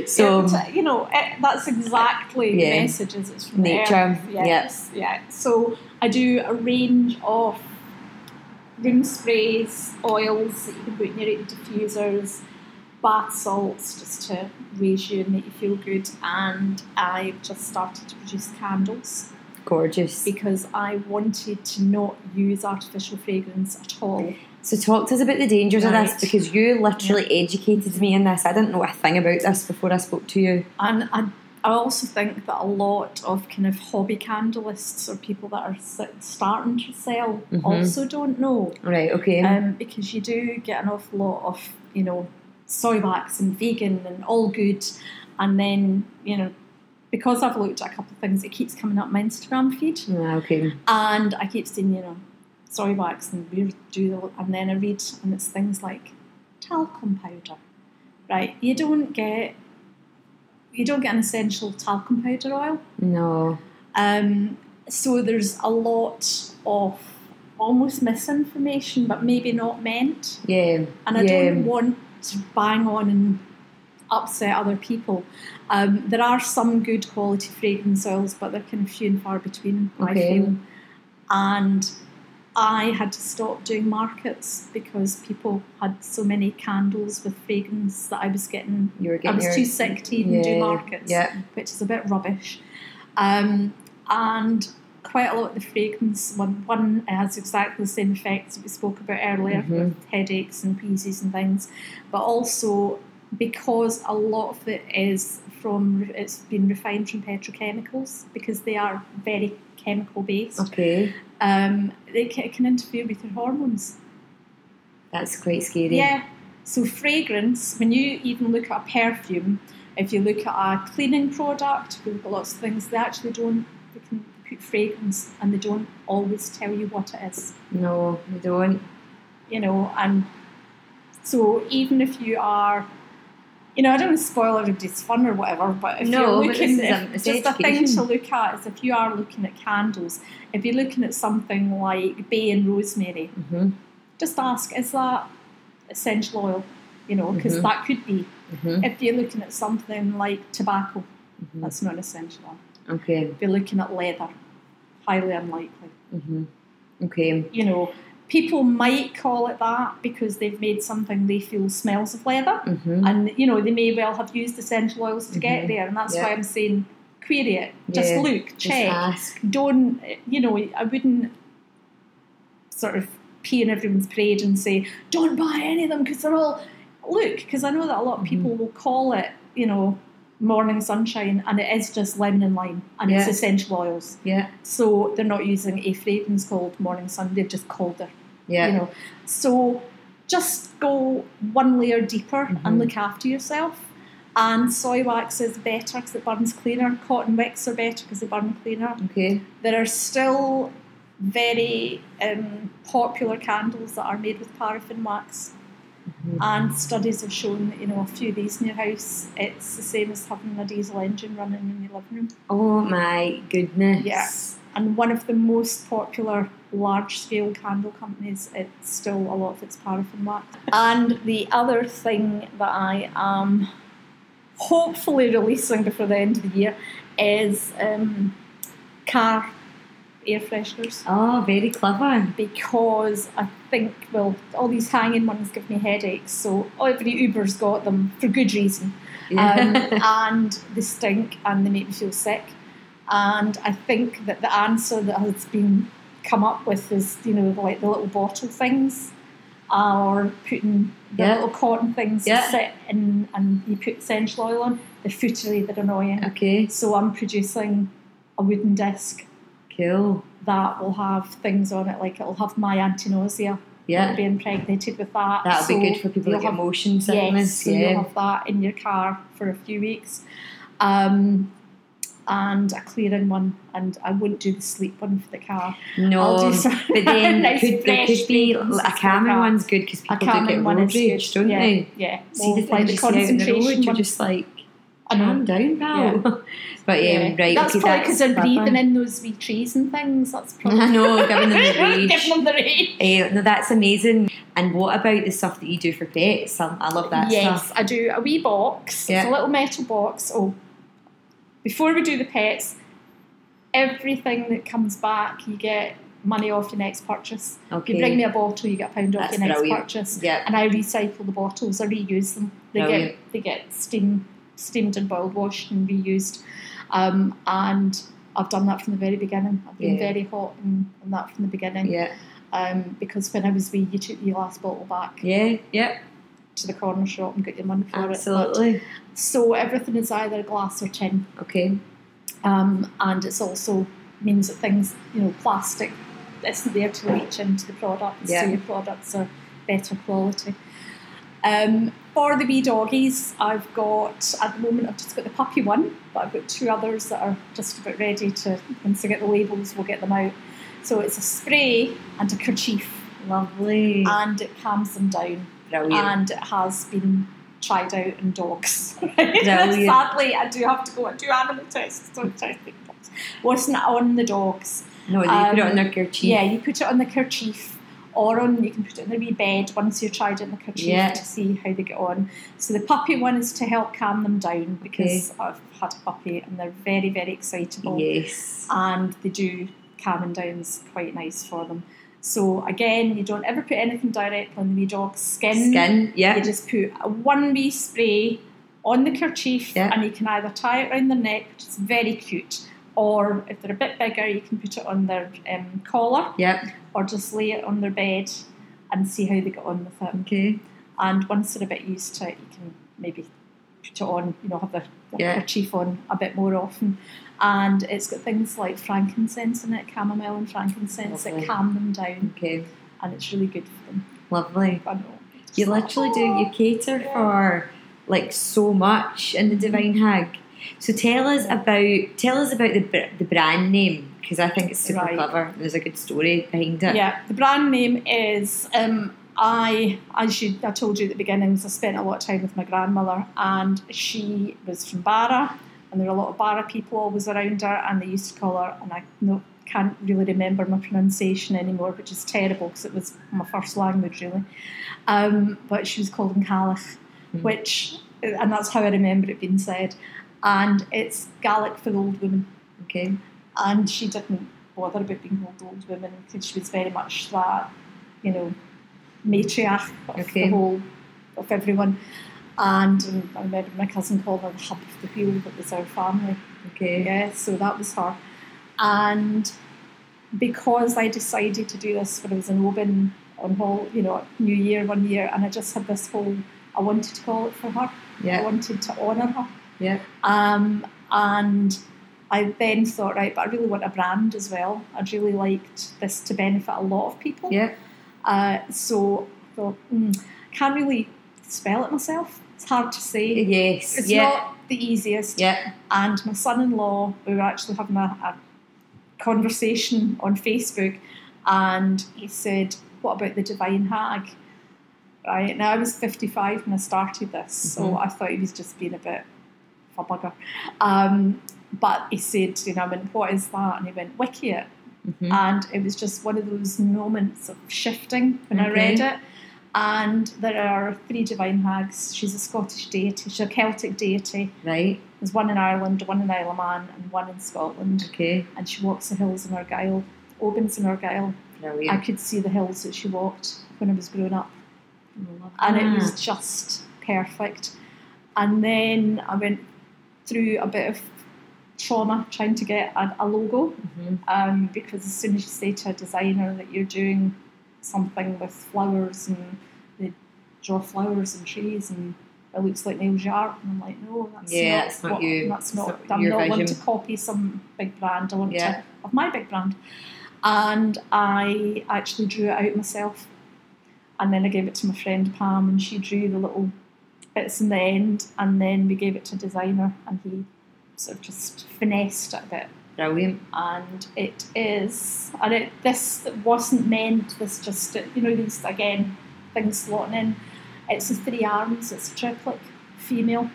so,
Yeah, but, uh, you know, it, that's exactly
Yeah.
the message as it's from the
Nature,
earth. Yes. Yeah. So I do a range of room sprays, oils that you can put in your diffusers, bath salts just to raise you and make you feel good. And I've just started to produce candles
gorgeous.
because I wanted to not use artificial fragrance at all.
So, talk to us about the dangers of
Right.
this because you literally educated me in this. I didn't know a thing about this before I spoke to you.
And I, I also think that a lot of kind of hobby candleists or people that are s- starting to sell
Mhm.
also don't know
Right, okay.
um, because you do get an awful lot of, you know, soy wax and vegan and all good. And then, you know, because I've looked at a couple of things, it keeps coming up my Instagram feed.
Ah, okay.
And I keep seeing, you know, soy wax and we do the, and then I read, and it's things like talcum powder, right? You don't get, you don't get an essential talcum powder oil.
No.
Um, so there's a lot of almost misinformation, but maybe not meant.
Yeah.
And I
yeah.
don't want to bang on and upset other people. Um, there are some good quality fragrance oils, but they're kind of few and far between, I
Okay.
feel. And I had to stop doing markets because people had so many candles with fragrance that I was getting.
You were
I
getting
was
your-
too sick to even
Yeah,
do markets
Yeah.
which is a bit rubbish. Um, and quite a lot of the fragrance one, one has exactly the same effects that we spoke about earlier
Mhm.
with headaches and wheezes and things, but also because a lot of it is from it's been refined from petrochemicals because they are very chemical based.
Okay.
Um, they ca- can interfere with your hormones.
That's quite scary.
Yeah. So fragrance, when you even look at a perfume, if you look at a cleaning product, if you look at lots of things, they actually don't they can put fragrance and they don't always tell you what it is.
No, you don't.
You know, and so even if you are you know, I don't want to spoil everybody's fun or whatever, but if
No, but
you're looking
this is a-
if-
it's
just a thing
education.
to look at is if you are looking at candles, if you're looking at something like bay and rosemary,
hmm
just ask, is that essential oil? You know, because
Mhm.
that could be.
hmm
If you're looking at something like tobacco,
Mm-hmm.
that's not an essential oil.
Okay.
If you're looking at leather, highly unlikely.
hmm Okay.
You know, people might call it that because they've made something they feel smells of leather.
hmm
And, you know, they may well have used essential oils to
Mhm.
get there. And that's
Yeah.
why I'm saying query it. Just
Yeah.
look,
Just
check.
ask.
don't you know I wouldn't sort of pee in everyone's parade and say don't buy any of them because they're all look because I know that a lot of
Mm-hmm.
people will call it you know morning sunshine and it is just lemon and lime and it's
Yeah.
essential oils
Yeah.
so they're not using a fragrance called morning sun they've just called it
Yeah.
you know so just go one layer deeper
Mhm.
and look after yourself and soy wax is better because it burns cleaner cotton wicks are better because they burn cleaner
Okay.
there are still very um, popular candles that are made with paraffin wax. And studies have shown that, you know, a few days in your house, it's the same as having a diesel engine running in your living room.
Oh my goodness.
Yeah. And one of the most popular large scale candle companies, it's still a lot of it's paraffin wax. And the other thing that I am hopefully releasing before the end of the year is um, car air fresheners
Oh, very clever.
because I think, well, all these hanging ones give me headaches, so every Uber's got them for good reason
*laughs*
um, and they stink and they make me feel sick. And I think that the answer that has been come up with is, you know, like the little bottle things, uh, or putting the
Yeah.
little cotton things
Yeah.
you sit in and you put essential oil on. They're footery, they're annoying.
okay,
So I'm producing a wooden disc
cool.
that will have things on it, like it'll have my anti nausea.
Yeah,
It'll be impregnated with that.
that'll
So
be good for people that
you'll
get
have
motion sickness.
so
yeah.
you'll have that in your car for a few weeks. Um, and a clearing one, and I wouldn't do the sleep one for the car.
No,
I'll do some
but then
*laughs* nice
could, there
fresh
could be
things
a
for the
Cameron
car.
one's good because
A
people do get
Cameron one
road
is good.
rage, don't
yeah,
they?
Yeah,
See the
Well,
things
like the
you see out in the road,
concentration
you're
one.
just like,
I know.
calm down, pal. *laughs* But um,
Yeah.
right,
that's
okay,
probably
that's
because they're
clever.
breathing in those wee trees and things.
*laughs*
That's probably
I know, giving
*laughs*
them the
Giving
rage.
them the rage.
Eh, no, that's amazing. And what about the stuff that you do for pets? I, I love that
yes,
stuff.
I do a wee box.
Yeah.
It's a little metal box. Oh, before we do the pets, everything that comes back, you get money off your next purchase. If
Okay.
you bring me a bottle, you get a pound off
That's
your next
brilliant.
purchase.
yeah,
And I recycle the bottles. I reuse them. They
Brilliant.
get they get steam steamed and boiled, washed and reused. Um, and I've done that from the very beginning. I've been
Yeah.
very hot in, in that from the beginning.
yeah,
Um, because when I was wee, you took your last bottle back
yeah, yeah,
to the corner shop and got your money for it. But-
absolutely.
so everything is either glass or tin,
Okay,
um, and it's also means that things, you know, plastic isn't there to reach into the products,
Yeah.
so your products are better quality. Um, for the wee doggies, I've got at the moment I've just got the puppy one, but I've got two others that are just about ready to. Once I get the labels, we'll get them out. So it's a spray and a kerchief,
lovely,
and it calms them down
brilliant.
and it has been tried out in dogs. *laughs*
Brilliant.
Sadly, I do have to go and do animal tests. Don't test in dogs. Wasn't on the dogs.
no, they put it
um,
on their kerchief.
Yeah, you put it on the kerchief. Or on, you can put it in the wee bed once you've tried it in the kerchief
Yeah.
to see how they get on. So the puppy one is to help calm them down because I've had a puppy and they're very, very excitable
Yes.
and they do calming downs quite nice for them. So again, you don't ever put anything direct on the wee dog's
Skin. Yeah.
you just put a one wee spray on the kerchief
Yeah.
and you can either tie it around their neck, which is very cute, or if they're a bit bigger, you can put it on their um, collar
Yeah.
or just lay it on their bed and see how they get on with it.
Okay.
And once they're a bit used to it, you can maybe put it on, you know, have their, their
Yeah.
kerchief on a bit more often. And it's got things like frankincense in it, chamomile and frankincense
Lovely.
that calm them down,
Okay.
and it's really good for them.
Lovely.
I know.
You literally do. You cater for like so much
Mm-hmm.
in the Divine Hag. So tell us about tell us about the br- the brand name because I think it's super
Right.
clever. There's a good story behind it.
Yeah, the brand name is um, I. As you, I told you at the beginnings, I spent a lot of time with my grandmother, and she was from Barra, and there were a lot of Barra people always around her, and they used to call her, and I no, can't really remember my pronunciation anymore, which is terrible because it was my first language really. Um, but she was called Nkalik,
Mm.
which, and that's how I remember it being said, and it's Gaelic for the old woman
Okay.
and she didn't bother about being called old woman because she was very much that, you know, matriarch of
Okay.
the whole of everyone. And um, I remember my cousin called her the hub of the wheel that was our family.
Okay.
Yeah, so that was her. And because I decided to do this when I was in Oban on hall, you know, New Year one year, and I just had this whole I wanted to call it for her. I
Yeah.
wanted to honour her.
Yeah.
Um, and I then thought, right, but I really want a brand as well. I'd really liked this to benefit a lot of people.
Yeah.
Uh, so I thought, mm, can't really spell it myself. It's hard to say.
Yes.
It's
yeah.
not the easiest.
yeah.
And my son-in-law, we were actually having a, a conversation on Facebook, and he said, "What about the divine hag?" right? Now I was 55 when I started this, so I thought he was just being a bit of a bugger. Um, but he said, you know, I went, what is that? And he went, wiki it.
Mhm.
And it was just one of those moments of shifting when I read it. And there are three divine hags. She's a Scottish deity, she's a Celtic deity.
Right.
There's one in Ireland, one in Isle of Man, and one in Scotland.
Okay.
And she walks the hills in Argyll, Obin's in Argyll. I
Brilliant.
could see the hills that she walked when I was growing up and it was just perfect. And then I went through a bit of trauma trying to get a, a logo
Mhm.
um, because as soon as you say to a designer that you're doing something with flowers and they draw flowers and trees and it looks like Neil Jarp and I'm like no that's
Yeah,
not,
it's not
what-
you.
that's
It's
not,
not
I'm
your
not one to
vision.
copy some big brand I want
Yeah.
to of my big brand and I actually drew it out myself and then I gave it to my friend Pam and she drew the little bits in the end and then we gave it to a designer and he sort of just finessed it a bit
Brilliant.
and it is and it this wasn't meant this just you know these again things slotting in it's the three arms it's a triplet female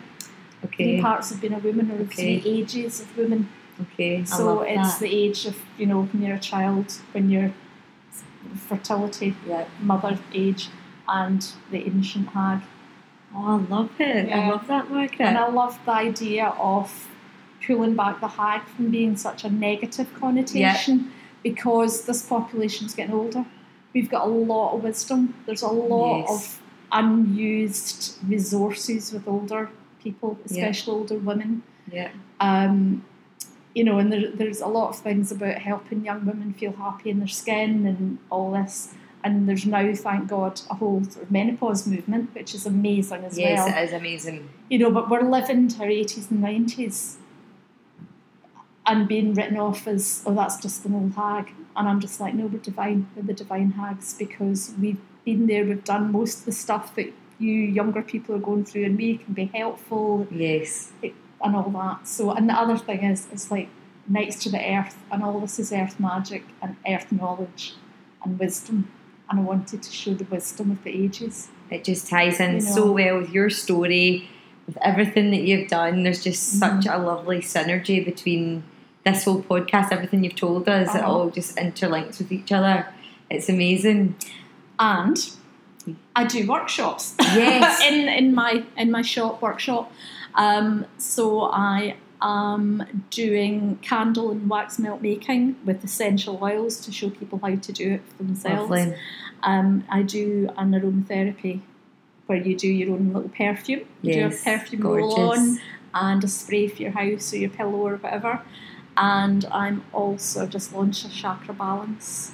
three
Okay.
parts of being a woman or
Okay.
three ages of women
Okay. I
so
love
it's
that.
the age of you know when you're a child when you're fertility
yeah.
mother age and the ancient hag
Oh, I love it. I
Yeah.
love that
And
market.
I love the idea of pulling back the hag from being such a negative connotation because this population's getting older. We've got a lot of wisdom. There's a lot
Yes.
of unused resources with older people,
Yeah.
especially older women.
Yeah.
Um, you know, and there, there's a lot of things about helping young women feel happy in their skin and all this. And there's now, thank God, a whole sort of menopause movement, which is amazing as
Yes,
well
it is amazing.
you know, but we're living to our 80s and 90s and being written off as, oh, that's just an old hag. And I'm just like, no, we're divine. We're the divine hags because we've been there, we've done most of the stuff that you younger people are going through, and we can be helpful
Yes.
and all that. So, and the other thing is, it's like next to the earth, and all this is earth magic and earth knowledge and wisdom. And I wanted to show the wisdom of the ages.
It just ties in
You
so
know.
well with your story, with everything that you've done. There's just
Mm-hmm.
such a lovely synergy between this whole podcast, everything you've told us. It
Uh-huh.
all just interlinks with each other. It's amazing.
and I do workshops.
Yes.
*laughs* in in my in my shop workshop. Um, so I am doing candle and wax melt making with essential oils to show people how to do it for themselves.
Lovely.
Um, I do an aromatherapy where you do your own little perfume. You
Yes.
do a perfume
gorgeous.
roll on and a spray for your house or your pillow or whatever. And I'm also just launched a chakra balance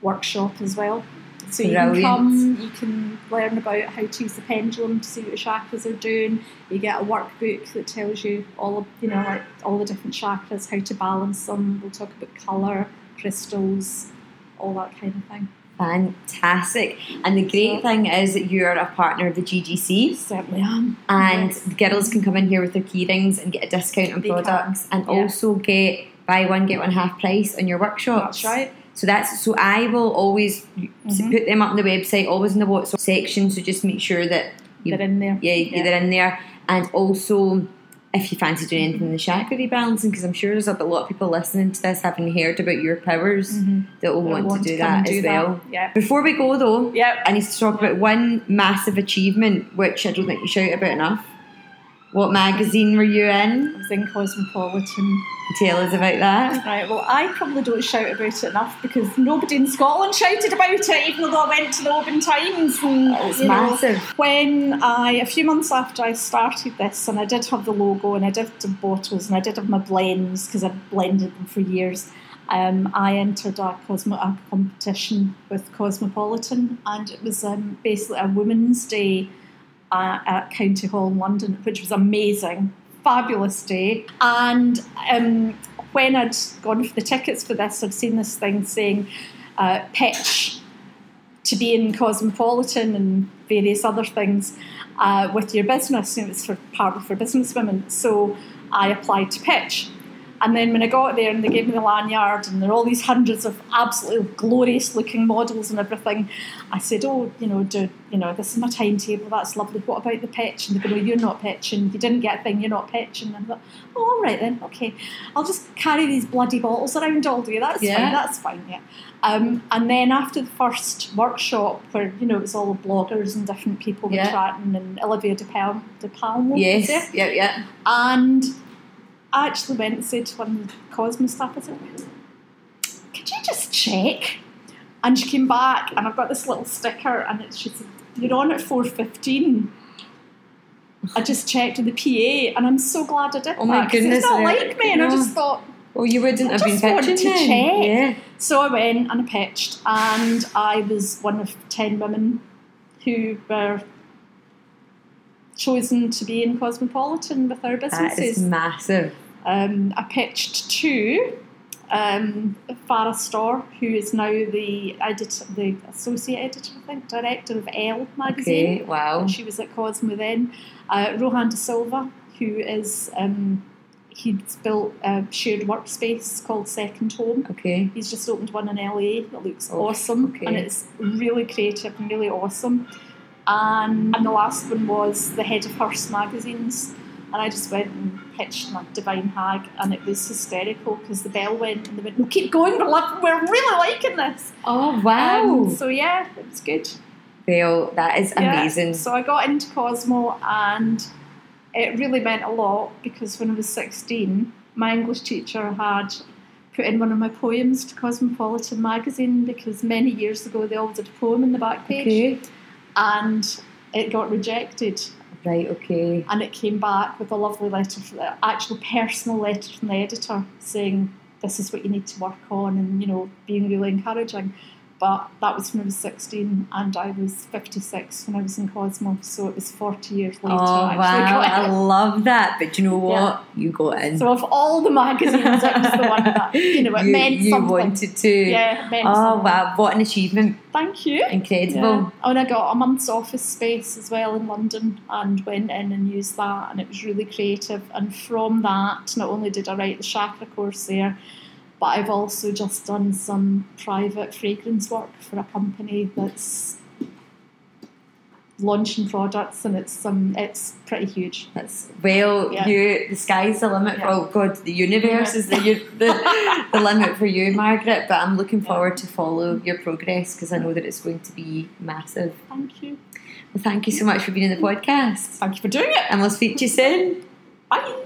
workshop as well. So you
Brilliant.
can come, you can learn about how to use the pendulum to see what your chakras are doing. You get a workbook that tells you all of you know like all the different chakras, how to balance them. We'll talk about colour, crystals, all that kind of thing.
Fantastic. And the great thing is that you're a partner of the GGC.
Certainly am.
and
Yes.
the girls can come in here with their key rings and get a discount on
They can,
products and
yeah.
also get buy one get one half price on your workshops
That's right.
so that's so i will always s-
Mhm.
put them up on the website always in the whatsapp section so just make sure that you,
They're in there.
yeah, yeah they're in there and also if you fancy doing anything in the chakra rebalancing because i'm sure there's a lot of people listening to this having heard about your powers
Mhm.
that will
They
want, to do
come and
that as well
that. Yeah.
before we go though
Yep.
I need to talk about one massive achievement, which I don't think you shout about enough. What magazine were you in?
I was in Cosmopolitan.
Tell us about that.
Right, well, I probably don't shout about it enough because nobody in Scotland shouted about it, even though I went to the Open Times. And,
It's
you know,
massive.
when I, a few months after I started this, and I did have the logo and I did the bottles and I did have my blends because I'd blended them for years, um, I entered a, Cosmo, a competition with Cosmopolitan and it was um, basically a Women's Day uh, at County Hall in London, which was amazing, fabulous day. And um, when I'd gone for the tickets for this, I'd seen this thing saying uh, pitch to be in Cosmopolitan and various other things uh, with your business. And it was for partly for businesswomen. So I applied to pitch. And then when I got there and they gave me the lanyard and there are all these hundreds of absolutely glorious looking models and everything, I said, oh, you know, do, you know, this is my timetable, that's lovely. What about the pitch? And they go, oh, you're not pitching. You didn't get a thing, you're not pitching. And I thought, oh, all right then, okay. I'll just carry these bloody bottles around all day. That's
Yeah.
fine, that's fine, yeah. Um, and then after the first workshop where, you know, it was all the bloggers and different people were
Yeah.
chatting and Olivia De, Pal- De Palma was there.
Yes. Yeah. Yeah.
And I actually went and said to one of the Cosmo staff, I said, could you just check? And she came back and I've got this little sticker and it, she said, you're on at 4.15. I just checked with the PA and I'm so glad I did
Oh my
that 'cause
goodness,
It's not
I-
like me and I
no.
just thought,
Well, you wouldn't
I
have been
just wanted
pitching
to
then.
check.
Yeah.
so I went and I pitched, and I was one of 10 women who were chosen to be in Cosmopolitan with our
That is
businesses.
massive.
Um, I pitched to um, Farah Storr, who is now the editor, the associate editor, I think, director of Elle magazine.
Okay. Wow.
And She was at Cosmo then. Uh, Rohan De Silva, who is um, he's built a shared workspace called Second Home.
Okay.
He's just opened one in LA that looks
Oh,
awesome
okay.
and it's really creative and really awesome. And, and the last one was the head of Hearst magazines. And I just went and pitched my Divine Hag, and it was hysterical because the bell went and they went, No, keep going, we're, lo- we're really liking this.
Oh wow.
Um, so, yeah, it was good.
well, that is
Yeah,
amazing.
So I got into Cosmo and it really meant a lot because when I was 16, my English teacher had put in one of my poems to Cosmopolitan magazine because many years ago they always had a poem in the back page
Okay.
and it got rejected
Right. Okay.
and it came back with a lovely letter, from the actual personal letter from the editor saying this is what you need to work on and you know being really encouraging. But that was when I was 16 and I was 56 when I was in Cosmo, so it was 40 years later.
Oh
I
wow!
actually got
I
it.
love that. But you know what?
Yeah.
You got in.
So of all the magazines, it was the one that you know
*laughs*
it
you,
meant
you
something.
wanted to.
Yeah, it meant
Oh
something.
wow! What an achievement!
Thank you.
Incredible.
Yeah. And I got a month's office space as well in London and went in and used that, and it was really creative. And from that, not only did I write the chakra course there, but I've also just done some private fragrance work for a company that's launching products, and it's some it's pretty huge.
That's well.
Yeah.
You the sky's the limit for
Yeah.
oh god, the universe
Yeah.
is the, u-
*laughs*
the the limit for you, Margaret. But I'm looking forward to follow your progress because I know that it's going to be massive.
Thank you.
Well, thank you so much for being in the podcast,
Thank you for doing it.
and we'll speak to you soon.
Bye.